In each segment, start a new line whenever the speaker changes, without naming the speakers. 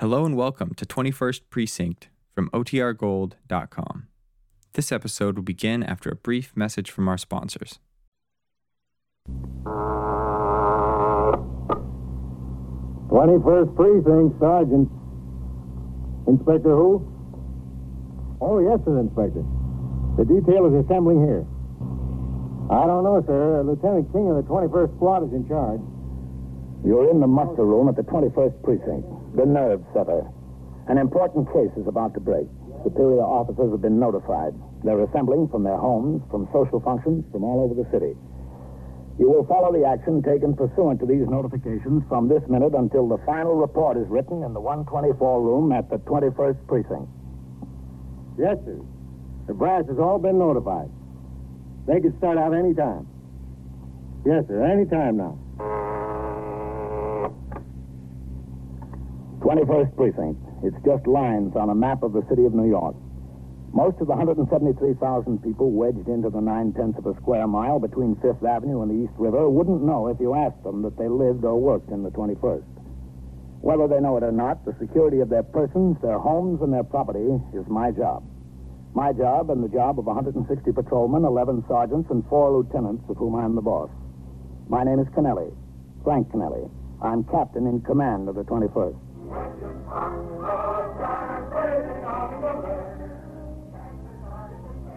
Hello and welcome to 21st Precinct from OTRGold.com. This episode will begin after a brief message from our sponsors.
Twenty-first precinct, Sergeant. Inspector who? Oh, yes, sir, Inspector. The detail is assembling here. I don't know, sir. Lieutenant King of the twenty-first squad is in charge.
You're in the muster room at the 21st Precinct. Good nerve, Sutter. An important case is about to break. Superior officers have been notified. They're assembling from their homes, from social functions, from all over the city. You will follow the action taken pursuant to these notifications from this minute until the final report is written in the 124 room at the 21st Precinct.
Yes, sir. The brass has all been notified. They can start out any time. Yes, sir, any time now.
21st Precinct. It's just lines on a map of the city of New York. Most of the 173,000 people wedged into the nine tenths of a square mile between Fifth Avenue and the East River wouldn't know if you asked them that they lived or worked in the 21st. Whether they know it or not, the security of their persons, their homes, and their property is my job. My job and the job of 160 patrolmen, 11 sergeants, and four lieutenants, of whom I'm the boss. My name is Kennelly, Frank Kennelly. I'm captain in command of the 21st.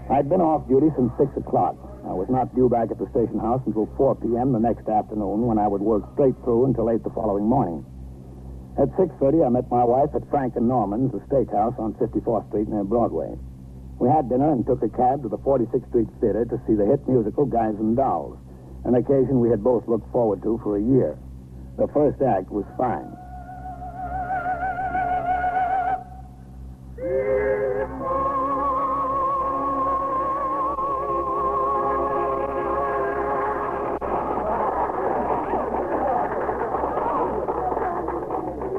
I'd been off duty since 6 o'clock. I was not due back at the station house until 4 p.m. the next afternoon when I would work straight through until 8 the following morning. At 6.30, I met my wife at Frank and Norman's, a steakhouse on 54th Street near Broadway. We had dinner and took a cab to the 46th Street Theater to see the hit musical Guys and Dolls, an occasion we had both looked forward to for a year. The first act was fine.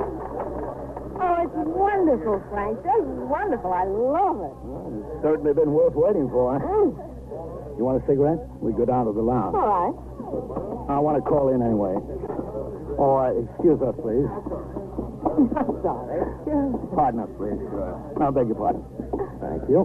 Oh, it's wonderful, Frank. This is wonderful. I love it.
It's certainly been worth waiting for. You want a cigarette? We go down to the lounge.
All right.
I want to call in anyway. Oh, uh, excuse us, please.
I'm sorry.
Pardon us, please. Uh, I beg your pardon. Thank you.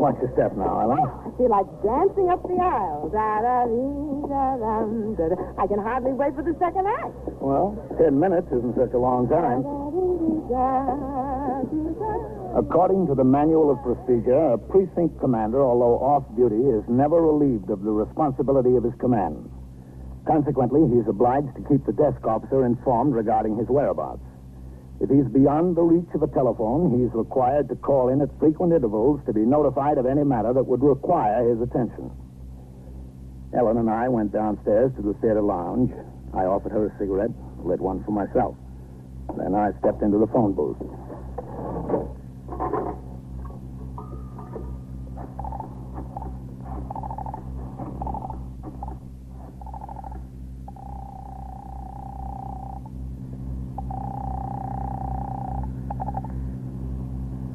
Watch your step now, Ellen.
I feel like dancing up the aisle. Da da dee, da dum, da da. I can hardly wait for the second act.
Well, ten minutes isn't such a long time.
Da-da-dee-dee-da-dee-da.
According to the manual of procedure, a precinct commander, although off duty, is never relieved of the responsibility of his command. Consequently, he's obliged to keep the desk officer informed regarding his whereabouts. If he's beyond the reach of a telephone, he's required to call in at frequent intervals to be notified of any matter that would require his attention. Ellen and I went downstairs to the theater lounge. I offered her a cigarette, lit one for myself. Then I stepped into the phone booth.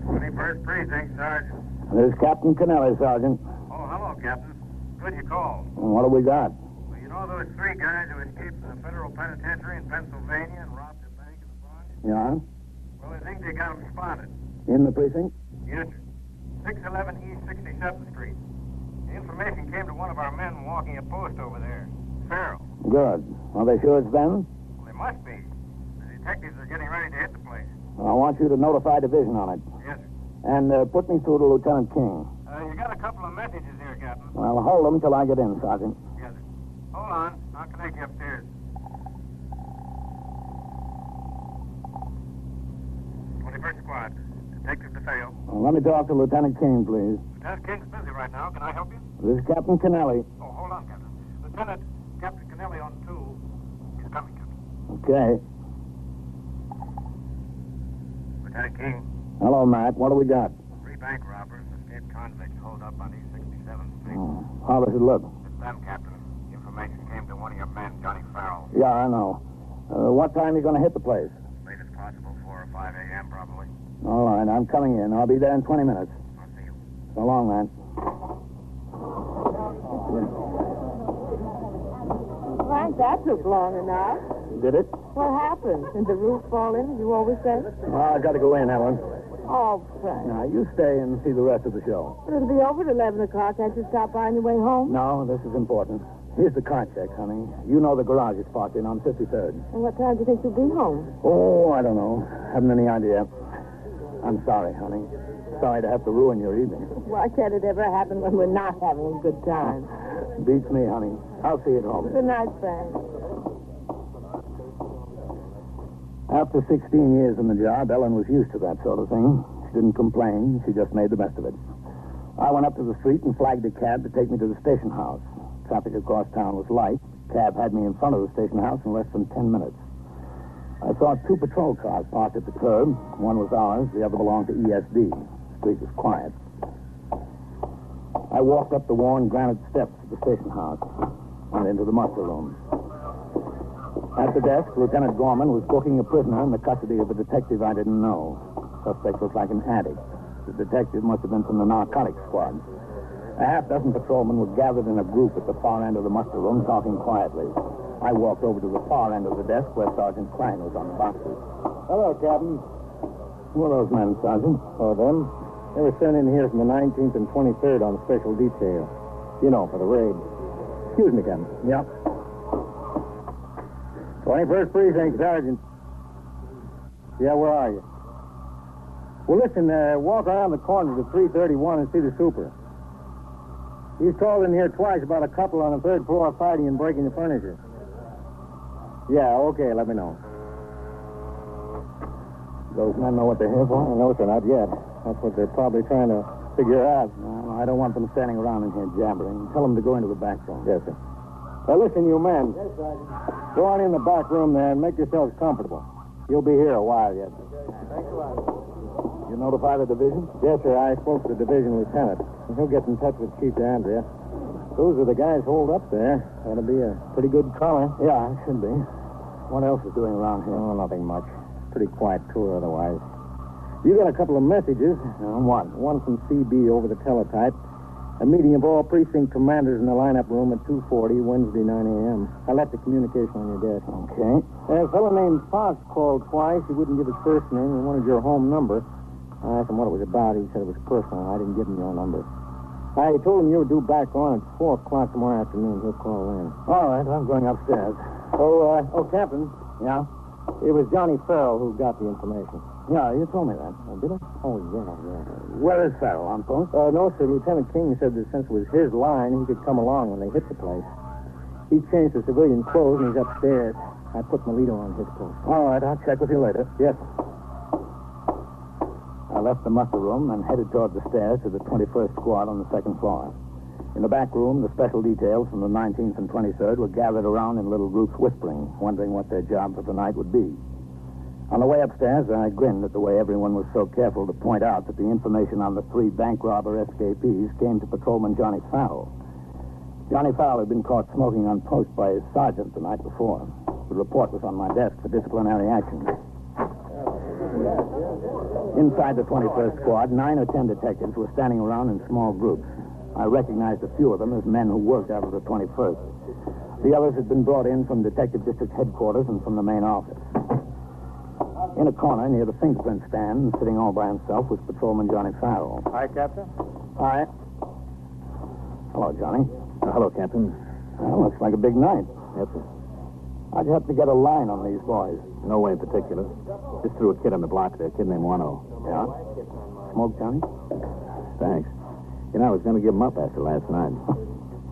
Twenty-first precinct, Sergeant.
There's Captain Canelli, Sergeant.
Oh, hello, Captain. Good you called.
And what have we got?
Well, you know those three guys who escaped from the federal penitentiary in Pennsylvania and robbed a bank in the Bronx?
Yeah?
Well, I think they got them spotted.
In the precinct?
Yes, sir. Six eleven East Sixty-seventh Street. The information came to one of our men walking a post over there. Farrell.
Good. Are they sure it's them?
Well, they must be. The detectives are getting ready to hit the place.
I want you to notify division on it.
Yes, sir.
And uh, put me through to Lieutenant King.
Uh, you got a couple of messages here, Captain.
Well, hold them till I get in, Sergeant.
Yes, sir. Hold on. I'll connect you upstairs. Twenty-first squad. Detective DeFeo.
Well, let me talk to Lieutenant King, please.
Lieutenant King's busy right now. Can I help you?
This is Captain Canelli.
Oh, hold on, Captain. Lieutenant Captain Canelli on two. He's coming, Captain.
Okay.
Lieutenant King.
Hello, Matt. What do we got?
Three bank robbers and escaped convicts hold up on East 67th Street.
Oh, How does it look?
It's them, Captain. The information came to one of your men, Johnny Farrell.
Yeah, I know. Uh, what time are you going to hit the place?
Late as possible, 4 or 5 a.m. probably.
All right, I'm coming in. I'll be there in 20 minutes.
I'll see you.
So long, man.
Well, Frank, that took long enough.
Did it?
What happened? Did the roof fall in, as you always say?
Well, I gotta go in, Helen.
Oh, Frank.
Now, you stay and see the rest of the show.
It'll be over at 11 o'clock. Can't you stop by on your way home?
No, this is important. Here's the car check, honey. You know the garage is parked in on 53rd.
And what time do you think you'll be home?
Oh, I don't know. Haven't any idea. I'm sorry, honey. Sorry to have to ruin your evening.
Why can't it ever happen when we're not having a good time?
Beats me, honey. I'll see you at home.
Good night, Frank.
After 16 years in the job, Ellen was used to that sort of thing. She didn't complain. She just made the best of it. I went up to the street and flagged a cab to take me to the station house. Traffic across town was light. Cab had me in front of the station house in less than 10 minutes. I saw two patrol cars parked at the curb. One was ours, the other belonged to ESD. The street was quiet. I walked up the worn granite steps of the station house and into the muster room. At the desk, Lieutenant Gorman was booking a prisoner in the custody of a detective I didn't know. Suspect looked like an addict. The detective must have been from the narcotics squad. A half dozen patrolmen were gathered in a group at the far end of the muster room talking quietly. I walked over to the far end of the desk where Sergeant Klein was on the boxes.
Hello, Captain.
Who are those men, Sergeant?
Oh, them? They were sent in here from the 19th and 23rd on special detail. You know, for the raid. Excuse me, Captain.
Yep.
21st Precinct, Sergeant. Yeah, where are you? Well, listen, uh, walk around the corner to 331 and see the super. He's called in here twice about a couple on the third floor fighting and breaking the furniture. Yeah, okay, let me know.
Those men know what they're here for?
No, sir, not yet. That's what they're probably trying to figure out.
No, I don't want them standing around in here jabbering. Tell them to go into the back room.
Yes, sir. Now, listen, you men. Yes, Sergeant. Go on in the back room there and make yourselves comfortable. You'll be here a while yet.
Thanks a lot. You notify the division?
Yes, sir. I spoke to the division lieutenant. He'll get in touch with Chief DeAndrea. Those are the guys holed up there. Ought to be a pretty good collar.
Yeah, it should be. What else is doing around here?
Oh, nothing much. Pretty quiet tour otherwise. You got a couple of messages.
Uh, what?
One from CB over the teletype. A meeting of all precinct commanders in the lineup room at 2.40 Wednesday, 9 a.m. I left the communication on your desk.
Okay.
A fellow named Fox called twice. He wouldn't give his first name and wanted your home number. I asked him what it was about. He said it was personal. I didn't give him your number. I told him you were due back on at 4 o'clock tomorrow afternoon. He'll call in.
All right, I'm going upstairs.
Oh, uh, oh, Captain.
Yeah?
It was Johnny Farrell who got the information.
Yeah, you told me that. Uh,
Oh, did I? Oh, yeah, yeah.
Where is Farrell, on post?
Uh, no, sir. Lieutenant King said that since it was his line, he could come along when they hit the place. He changed the civilian clothes and he's upstairs. I put Melito on his post.
All right, I'll check with you later.
Yes.
I left the muster room and headed toward the stairs to the 21st squad on the second floor. In the back room, the special details from the 19th and 23rd were gathered around in little groups whispering, wondering what their job for the night would be. On the way upstairs, I grinned at the way everyone was so careful to point out that the information on the three bank robber escapees came to patrolman Johnny Farrell. Johnny Farrell had been caught smoking on post by his sergeant the night before. The report was on my desk for disciplinary action. Inside the 21st Squad, nine or ten detectives were standing around in small groups. I recognized a few of them as men who worked out of the 21st. The others had been brought in from Detective District Headquarters and from the main office. In a corner near the fingerprint stand, sitting all by himself, was Patrolman Johnny Farrell.
Hi, Captain.
Hi. Hello, Johnny.
Uh, hello, Captain.
Well, looks like a big night.
Yes, sir.
I'd have to get a line on these boys.
No way in particular. Just threw a kid on the block there, a kid named Wano.
Yeah? Smoke, Johnny?
Thanks. You know, I was going to give him up after last night.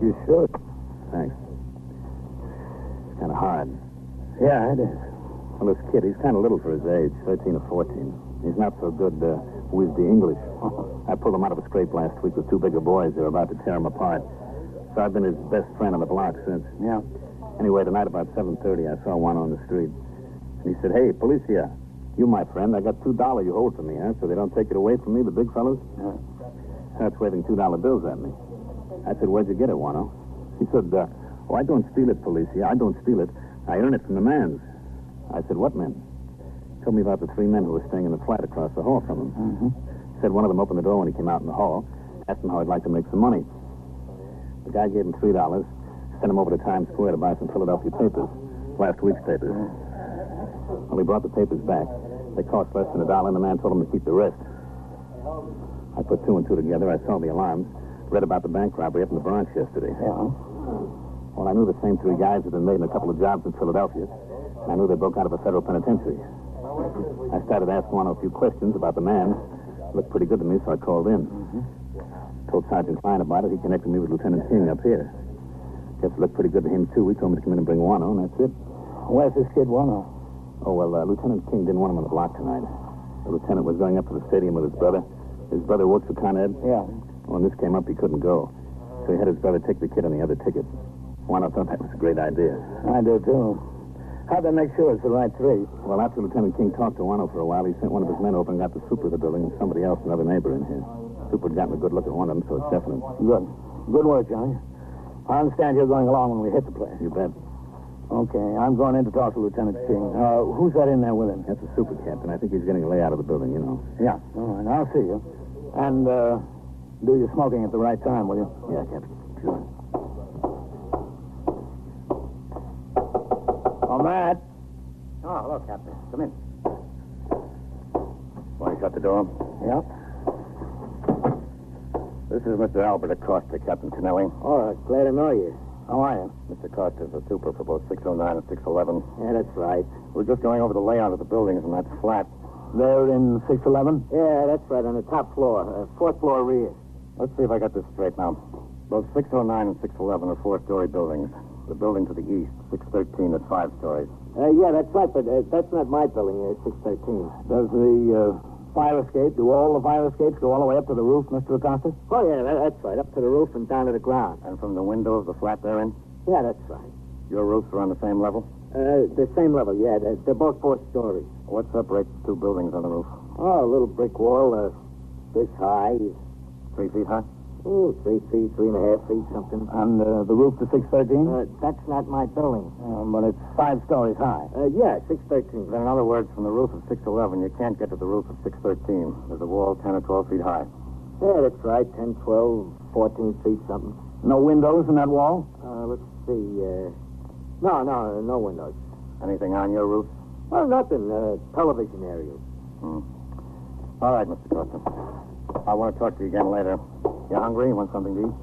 you should.
Thanks. It's kind of hard.
Yeah, it is.
Well, this kid, he's kind of little for his age, 13 or 14. He's not so good uh, with the English. I pulled him out of a scrape last week with two bigger boys. They were about to tear him apart. So I've been his best friend on the block since.
Yeah.
Anyway, tonight about 7.30, I saw one on the street. And he said, hey, policia, you, my friend, I got $2 you hold from me, huh? So they don't take it away from me, the big fellas?
Yeah.
Starts waving $2 bills at me. I said, where'd you get it, Wano? He said, uh, oh, I don't steal it, policia. I don't steal it. I earn it from the mans. I said, what men? He told me about the three men who were staying in the flat across the hall from him.
Mm-hmm.
Said one of them opened the door when he came out in the hall, asked him how he'd like to make some money. The guy gave him $3.
Sent him over to Times Square to buy some Philadelphia papers, last week's papers. Well, he brought the papers back. They cost less than a dollar, and the man told him to keep the rest. I put two and two together. I saw the alarms, read about the bank robbery up in the Bronx yesterday.
Yeah.
Well, I knew the same three guys had been made in a couple of jobs in Philadelphia. And I knew they broke out of a federal penitentiary. I started asking one a few questions about the man. Looked pretty good to me, so I called in. Told Sergeant Klein about it. He connected me with Lieutenant King up here. Guess it looked pretty good to him, too. He told me to come in and bring Wano, and that's it.
Where's this kid, Wano?
Oh, well, uh, Lieutenant King didn't want him on the block tonight. The lieutenant was going up to the stadium with his brother. His brother works for Con Ed.
Yeah.
When this came up, he couldn't go. So he had his brother take the kid on the other ticket. Wano thought that was a great idea.
I do, too. How'd they make sure it's the right three?
Well, after Lieutenant King talked to Wano for a while, he sent one of his men over and got the super of the building and somebody else, another neighbor in here. Super had gotten a good look at one of them, so it's definite.
Good. Good work, Johnny. I understand you're going along when we hit the place.
You bet.
Okay, I'm going in to talk to Lieutenant King. Uh, who's that in there with him?
That's a super captain. I think he's getting a layout of the building, you know.
Yeah. All right, I'll see you. And uh, do your smoking at the right time, will you?
Yeah, Captain. Sure.
Oh, Matt.
Oh, hello, Captain. Come in.
Want to shut the door?
Yeah.
This is Mr. Albert Acosta, Captain Kennelly.
All right, glad to know you. How are you?
Mr. Acosta is a super for both 609 and 611.
Yeah, that's right.
We're just going over the layout of the buildings in that flat.
They're in 611?
Yeah, that's right, on the top floor, uh, fourth floor rear.
Let's see if I got this straight now. Both 609 and 611 are four-story buildings. The building to the east, 613, is five stories.
Uh, yeah, that's right, but uh, that's not my building, uh, 613.
Does the uh, fire escape, do all the fire escapes go all the way up to the roof, Mr. Acosta?
Oh, yeah, that, that's right, up to the roof and down to the ground.
And from the window of the flat they're in,
Yeah, that's right.
your roofs are on the same level?
Uh, the same level, yeah, they're, they're both four stories.
What separates the two buildings on the roof?
Oh, a little brick wall, uh, this high,
Three feet high?
oh, three feet, three and a half feet, something.
And uh, the roof to 613?
Uh, that's not my building.
Um, but it's five stories high.
Uh, yeah, 613.
Then, in other words, from the roof of 611, you can't get to the roof of 613. There's a wall 10 or 12 feet high.
Yeah, that's right, 10, 12, 14 feet, something.
No windows in that wall?
Uh, let's see. Uh, no, no, no windows.
Anything on your roof?
Well, nothing. Uh, television aerial.
All right, Mr. Costa. I want to talk to you again later. You hungry? You want something to eat?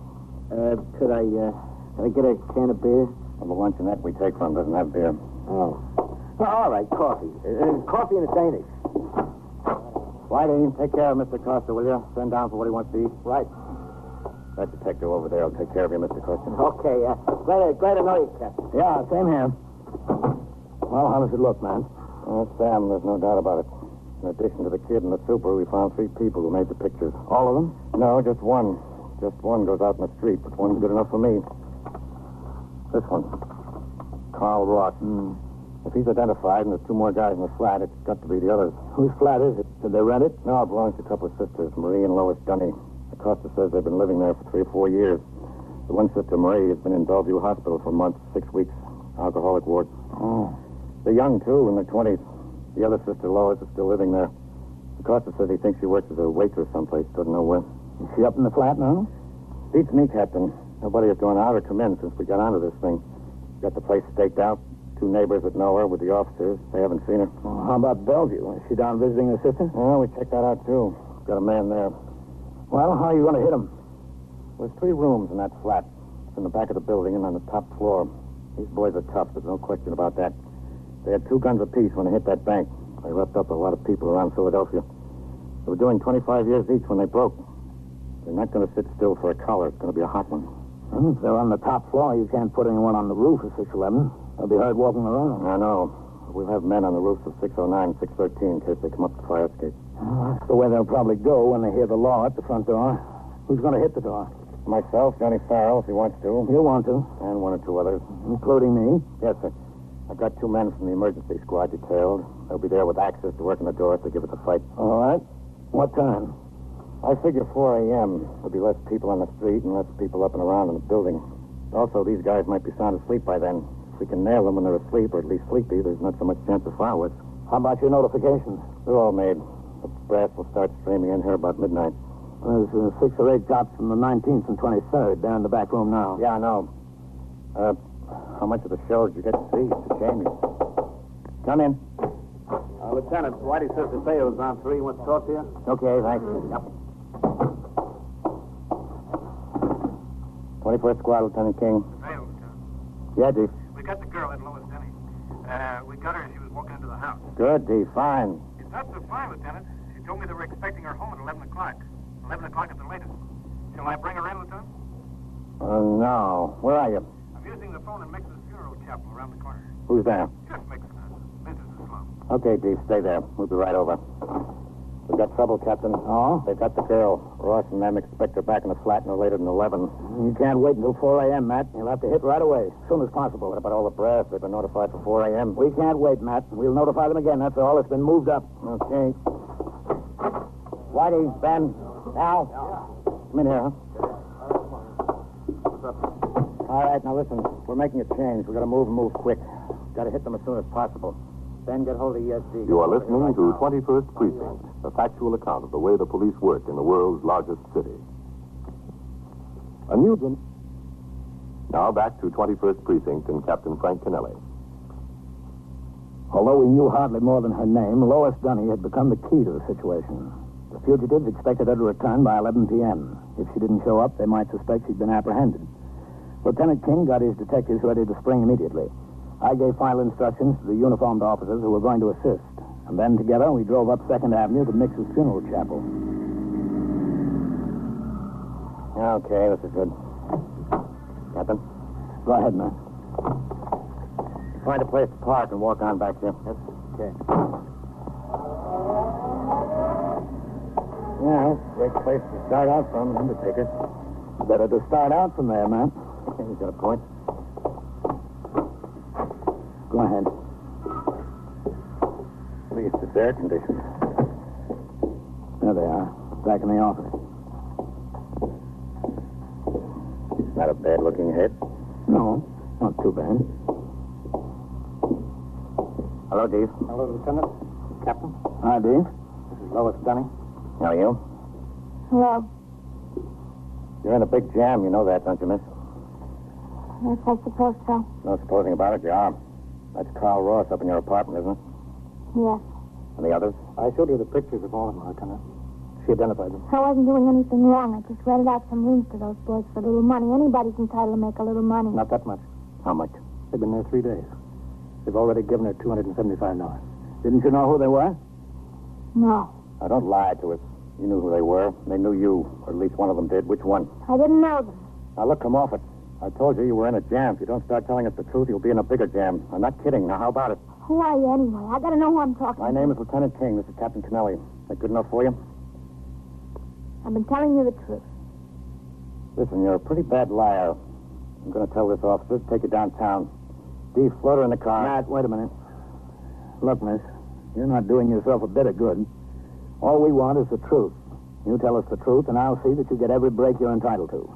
Uh, could I, uh, could I get a can of beer?
Well, the luncheonette we take from doesn't have beer.
Oh. Well, all right, coffee. Uh, coffee and a Danish.
Whiting, take care of Mr. Costa, will you? Send down for what he wants to eat.
Right.
That detective over there will take care of you, Mr. Costa.
Okay. Uh, glad, to, glad to know you, Captain.
Yeah, same here. Well, how does it look, man?
Well, Sam, there's no doubt about it. In addition to the kid and the super, we found three people who made the pictures.
All of them?
No, just one. Just one goes out in the street, but one's good enough for me. This one. Carl Ross.
Hmm.
If he's identified and there's two more guys in the flat, it's got to be the others.
Whose flat is it? Did they rent it?
No, it belongs to a couple of sisters, Marie and Lois Dunny. Acosta says they've been living there for three or four years. The one sister, Marie, has been in Bellevue Hospital for months, six weeks, alcoholic ward.
Oh.
They're young, too, in their 20s. The other sister, Lois, is still living there. Acosta says he thinks she works as a waitress someplace, doesn't know where.
Is she up in the flat now?
Beats me, Captain. Nobody has gone out or come in since we got onto this thing. Got the place staked out. Two neighbors that know her with the officers. They haven't seen her.
Well, how about Bellevue? Is she down visiting her sister?
Well, we checked that out, too. Got a man there.
Well, how are you going to hit him?
There's three rooms in that flat. It's in the back of the building and on the top floor. These boys are tough. There's no question about that. They had two guns apiece when they hit that bank. They roughed up a lot of people around Philadelphia. They were doing 25 years each when they broke. They're not going to sit still for a collar. It's going to be a hot one.
Well, Hmm, if they're on the top floor, you can't put anyone on the roof of 611. They'll be heard walking around.
I know. We'll have men on the roofs of 609 613 in case they come up the fire escape.
Well, that's the way they'll probably go when they hear the law at the front door. Who's going to hit the door?
Myself, Johnny Farrell, if he wants to,
You want to,
and one or two others.
including me.
Yes, sir. I've got two men from the emergency squad detailed. They'll be there with access to working the door if they give us a fight.
All right. What time?
I figure 4 a.m. There'll be less people on the street and less people up and around in the building. Also, these guys might be sound asleep by then. If we can nail them when they're asleep, or at least sleepy, there's not so much chance of fireworks.
How about your notifications?
They're all made. The brass will start streaming in here about midnight.
There's uh, six or eight cops from the 19th and 23rd. They're in the back room now.
Yeah, I know.
Uh, how much of the show did you get to see? Mr. Chambers. Come in.
Uh, Lieutenant, Whitey says the was on three. Wants to talk to you? Mm-hmm.
Okay, thanks. Yep. 21st Squad, Lieutenant King.
Hey, Lieutenant.
Yeah, Chief.
We got the girl at Lois Denny. Uh, we got her as she was walking into the house.
Good, Chief. Fine.
It's not so fine, Lieutenant. She told me they were expecting her home at 11 o'clock. 11 o'clock at the latest. Shall I bring her in, Lieutenant?
Uh, no. Where are you?
I'm using the phone in Mixon's funeral chapel around the corner.
Who's there?
Just Mixon. uh, Business is slow.
Okay, Chief. Stay there. We'll be right over. We've got trouble, Captain.
Oh?
They've got the girl. Ross and them expect her back in the flat no later than 11.
You can't wait until 4 a.m., Matt.
You'll have to hit right away, as soon as possible.
What about all the brass? They've been notified for 4 a.m.
We can't wait, Matt. We'll notify them again. That's all. It's been moved up.
Okay. Whitey, Ben, Al. Come in here, huh? All right, now listen. We're making a change. We've got to move and move quick. Got to hit them as soon as possible. Ben, get hold of E ESG.
You are listening to 21st Precinct, a factual account of the way the police work in the world's largest city. A new. Now back to 21st Precinct and Captain Frank Kennelly.
Although we knew hardly more than her name, Lois Dunny had become the key to the situation. The fugitives expected her to return by 11 p.m. If she didn't show up, they might suspect she'd been apprehended. Lieutenant King got his detectives ready to spring immediately. I gave final instructions to the uniformed officers who were going to assist. And then together we drove up Second Avenue to Mix's funeral chapel.
Okay, this is good. Captain,
Go ahead, man.
find a place to park and walk on back here. Yes, okay. Yeah, that's a great place to start out from, Undertaker.
Better to start out from there, man.
He's got a point.
Go ahead.
At least it's air conditioned.
There they are, back in the office.
Not a bad looking head.
No, not too bad.
Hello, Dave.
Hello, Lieutenant. Captain.
Hi, Dave.
This is Lois Dunny.
How are you?
Hello.
You're in a big jam. You know that, don't you, miss?
Yes, I suppose so.
No supposing about it, you are. That's Carl Ross up in your apartment, isn't it?
Yes.
And the others?
I showed her the pictures of all of them, Lieutenant. She identified them.
I wasn't doing anything wrong. I just rented out some rooms to those boys for a little money. Anybody's entitled to make a little money.
Not that much.
How much?
They've been there three days. They've already given her $275.
Didn't you know who they were?
No.
Now, don't lie to us. You knew who they were. They knew you, or at least one of them did. Which one?
I didn't know them.
Now, look, come off it. I told you you were in a jam. If you don't start telling us the truth, you'll be in a bigger jam. I'm not kidding. Now, how about it?
Who are you anyway? I gotta know who I'm talking
My
to.
name is Lieutenant King. This is Captain Kennelly. That good enough for you?
I've been telling you the truth.
Listen, you're a pretty bad liar. I'm going to tell this officer to take you downtown. Steve, float her in the car.
Matt, wait a minute. Look, miss, you're not doing yourself a bit of good. All we want is the truth. You tell us the truth, and I'll see that you get every break you're entitled to.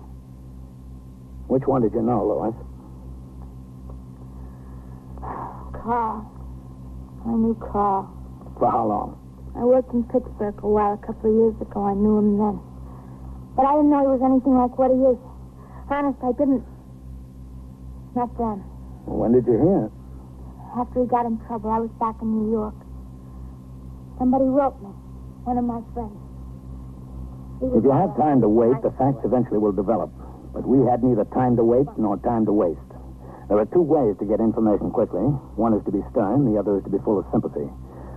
Which one did you know, Lois?
Carl. I knew Carl.
For how long?
I worked in Pittsburgh a while, a couple of years ago. I knew him then. But I didn't know he was anything like what he is. Honest, I didn't. Not then.
When did you hear?
After he got in trouble, I was back in New York. Somebody wrote me, one of my friends. He was
If you
there.
have time to wait, the facts eventually will develop. But we had neither time to wait nor time to waste. There are two ways to get information quickly. One is to be stern, the other is to be full of sympathy.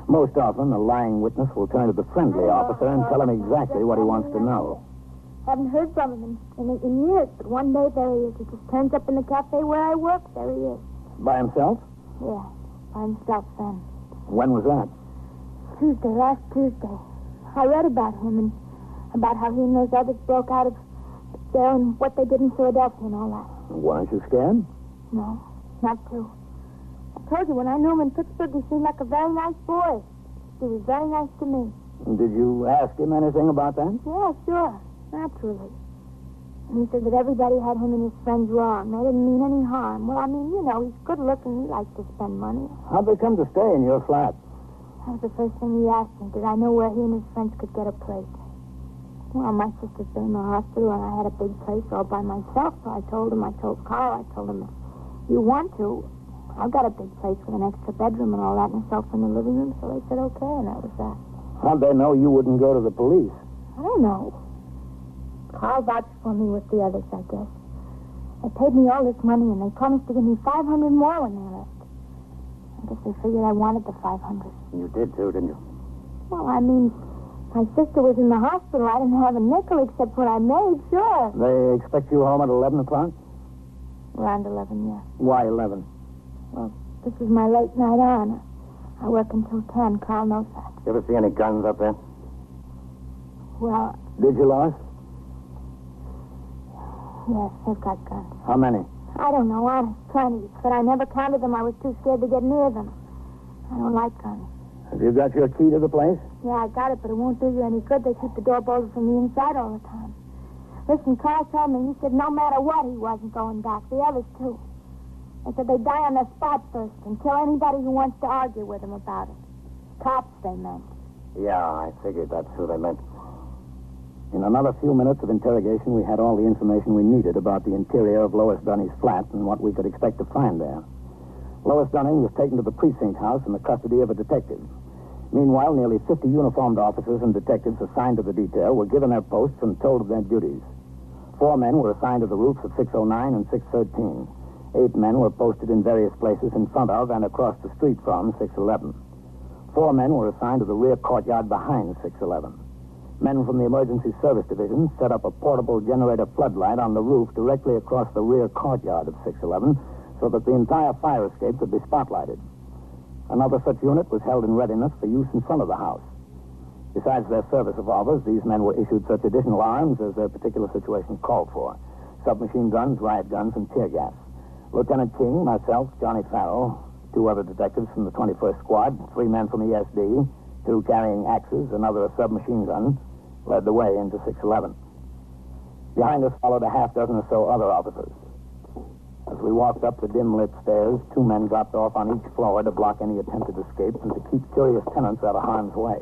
Most often, a lying witness will turn to the friendly officer and tell him exactly what he wants to know.
Haven't heard from him in, in, in years, but one day there he is. He just turns up in the cafe where I work. There he is.
By himself?
Yeah, by himself then.
When was that?
Tuesday, last Tuesday. I read about him and about how he and those others broke out of there and what they did in Philadelphia and all that.
Weren't you scared?
No, not true. I told you, when I knew him in Pittsburgh, he seemed like a very nice boy. He was very nice to me.
Did you ask him anything about that?
Yeah, sure. Naturally. And he said that everybody had him and his friends wrong. They didn't mean any harm. Well, I mean, you know, he's good looking. He likes to spend money.
How'd they come to stay in your flat?
That was the first thing he asked me. Did I know where he and his friends could get a place? Well, my sister's been in the hospital, and I had a big place all by myself. So I told him. I told Carl. I told him you want to. I've got a big place with an extra bedroom and all that, and a sofa in the living room, so they said okay, and that was that.
How'd they know you wouldn't go to the police?
I don't know. Carl vouched for me with the others, I guess. They paid me all this money, and they promised to give me 500 more when they left. I guess they figured I wanted the 500.
You did too, didn't you?
Well, I mean, my sister was in the hospital. I didn't have a nickel except what I made, sure.
They expect you home at 11 o'clock?
Around 11, yeah.
Why 11?
Well, this is my late night on. I work until 10. Carl knows that.
You ever see any guns up there?
Well,
Did you, Lois?
yes, they've got guns.
How many?
I don't know, honest, plenty. But I never counted them. I was too scared to get near them. I don't like guns.
Have you got your key to the place?
Yeah, I got it, but it won't do you any good. They keep the door bolted from the inside all the time. Listen, Carl told me, he said no matter what, he wasn't going back. The others, too. They said they die on the spot first and kill anybody who wants to argue with them about it. Cops, they meant.
Yeah, I figured that's who they meant.
In another few minutes of interrogation, we had all the information we needed about the interior of Lois Dunning's flat and what we could expect to find there. Lois Dunning was taken to the precinct house in the custody of a detective. Meanwhile, nearly 50 uniformed officers and detectives assigned to the detail were given their posts and told of their duties. Four men were assigned to the roofs of 609 and 613. Eight men were posted in various places in front of and across the street from 611. Four men were assigned to the rear courtyard behind 611. Men from the Emergency Service Division set up a portable generator floodlight on the roof directly across the rear courtyard of 611 so that the entire fire escape could be spotlighted. Another such unit was held in readiness for use in front of the house. Besides their service revolvers, these men were issued such additional arms as their particular situation called for submachine guns, riot guns, and tear gas. Lieutenant King, myself, Johnny Farrell, two other detectives from the 21st Squad, three men from ESD, two carrying axes, another a submachine gun, led the way into 611. Behind us followed a half dozen or so other officers. As we walked up the dim lit stairs, two men dropped off on each floor to block any attempted escape and to keep curious tenants out of harm's way.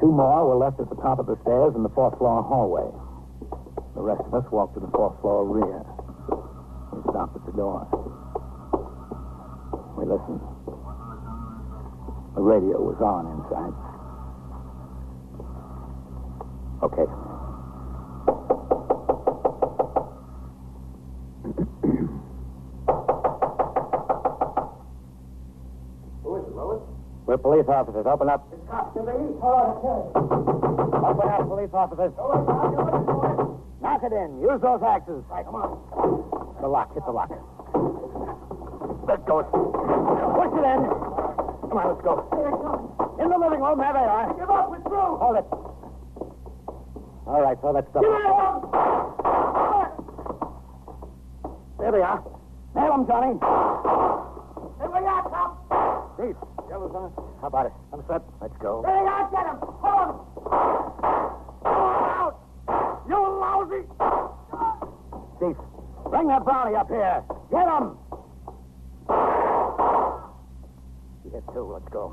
Two more were left at the top of the stairs in the fourth floor hallway. The rest of us walked to the fourth floor rear. We stopped at the door. We listened. The radio was on inside. Okay.
Who is it, Lois?
We're police officers. Open up.
It's cops. They're the east. Hold on, it's
Open up, police officers.
Lois, now you're looking for it.
Knock it in. Use those axes.
Right, come on.
The lock. Hit the lock. Let go. Push it in. Come on, let's go.
Here they come.
In the living room. There they are.
Give up. We're through.
Hold it. All right, throw that stuff.
Get out of here.
There they are. Nail 'em, Johnny.
Here we are, cops.
Chief. Yeah, Lieutenant. How about it? I'm set. Let's go.
There they are. Get them. Hold them. out. You lousy.
Chief, bring that brownie up here. Get him. Here, too. Let's go.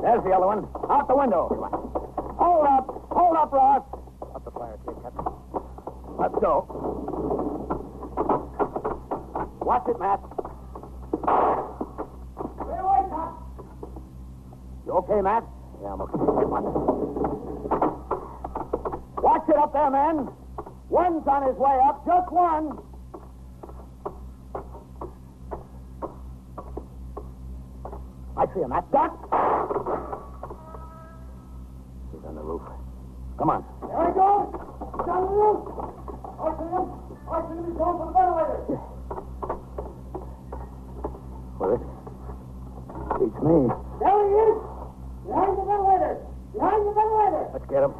There's the other one. Out the window. Hold up. Hold up, Ross. Up the fire, kid, Captain. Let's go. Watch it, Matt.
Stay away, cops.
You okay, Matt? Yeah, I'm okay. Watch it up there, man. One's on his way up. Just one. I see him, Matt. Duck. He's on the roof. Come on.
There he goes. He's on the roof. Arson him. Arson him. He's going for the ventilator.
Where is he? Beats me.
There he is. Behind the ventilator. Behind the ventilator.
Let's get him.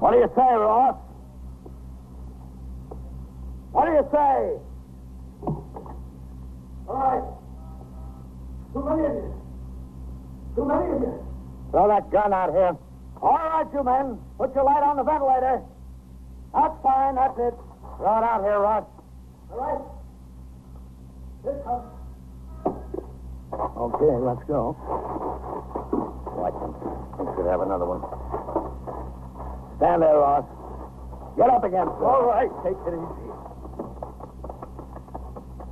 What do you say, Ross? What do you say?
All right. Too many of you. Too many of you.
Throw that gun out here. All right, you men. Put your light on the ventilator. That's fine. That's it. Throw it out here, Ross.
All right. Here it comes.
Okay, let's go.
Watch him. He should have another one.
Stand there, Ross. Get up again. Sir.
All right, take it easy.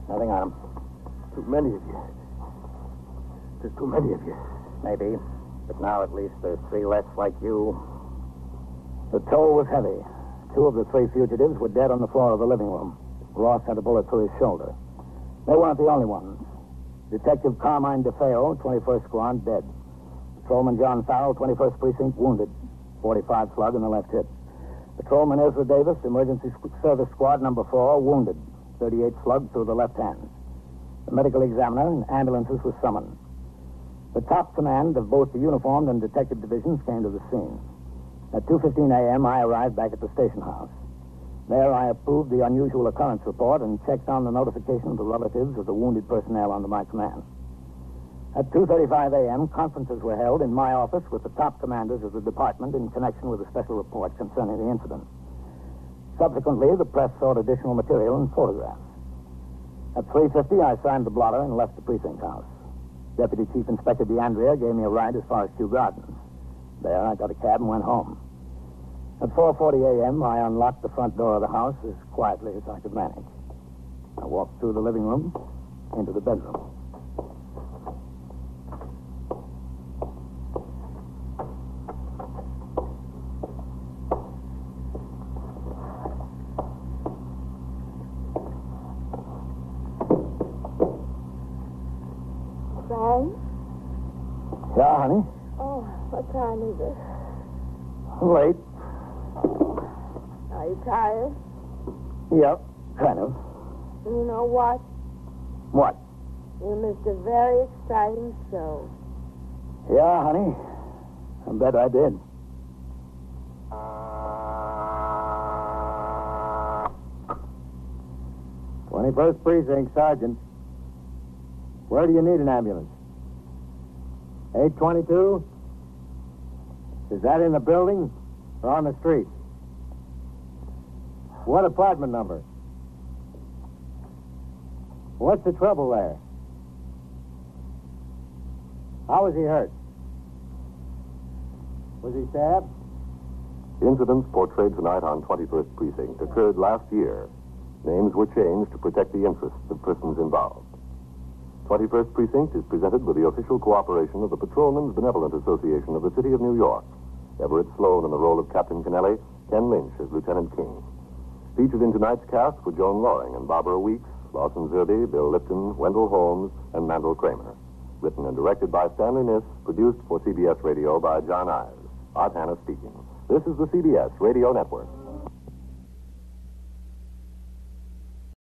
Nothing on him.
Too many of you. There's too many of you.
Maybe. But now at least there's three less like you.
The toll was heavy. Two of the three fugitives were dead on the floor of the living room. Ross had a bullet through his shoulder. They weren't the only ones. Detective Carmine DeFeo, 21st Squad, dead. Patrolman John Farrell, 21st Precinct, wounded. 45 slug in the left hip. Patrolman Ezra Davis, Emergency Service Squad number 4, wounded. 38 slug through the left hand. The medical examiner and ambulances were summoned. The top command of both the uniformed and detective divisions came to the scene. At 2.15 a.m., I arrived back at the station house. There, I approved the unusual occurrence report and checked on the notification to relatives of the wounded personnel under my command. At 2.35 a.m., conferences were held in my office with the top commanders of the department in connection with a special report concerning the incident. Subsequently, the press sought additional material and photographs. At 3.50, I signed the blotter and left the precinct house. Deputy Chief Inspector DeAndrea gave me a ride as far as Kew Gardens. There, I got a cab and went home. At 4.40 a.m., I unlocked the front door of the house as quietly as I could manage. I walked through the living room into the bedroom.
Frank?
Yeah, honey?
Oh, what time is it?
Late.
Are you tired?
Yep, kind of.
You know what?
What?
You missed a very exciting show.
Yeah, honey. I bet I did.
Twenty-first precinct, Sergeant. Where do you need an ambulance? Eight twenty-two. Is that in the building or on the street? What apartment number? What's the trouble there? How was he hurt? Was he stabbed?
The incidents portrayed tonight on 21st Precinct occurred last year. Names were changed to protect the interests of persons involved. 21st Precinct is presented with the official cooperation of the Patrolmen's Benevolent Association of the City of New York. Everett Sloan in the role of Captain Kennelly, Ken Lynch as Lieutenant King. Featured in tonight's cast were Joan Loring and Barbara Weeks, Lawson Zerbe, Bill Lipton, Wendell Holmes, and Mandel Kramer. Written and directed by Stanley Niss, produced for CBS Radio by John Ives. Art Hannah speaking. This is the CBS Radio Network.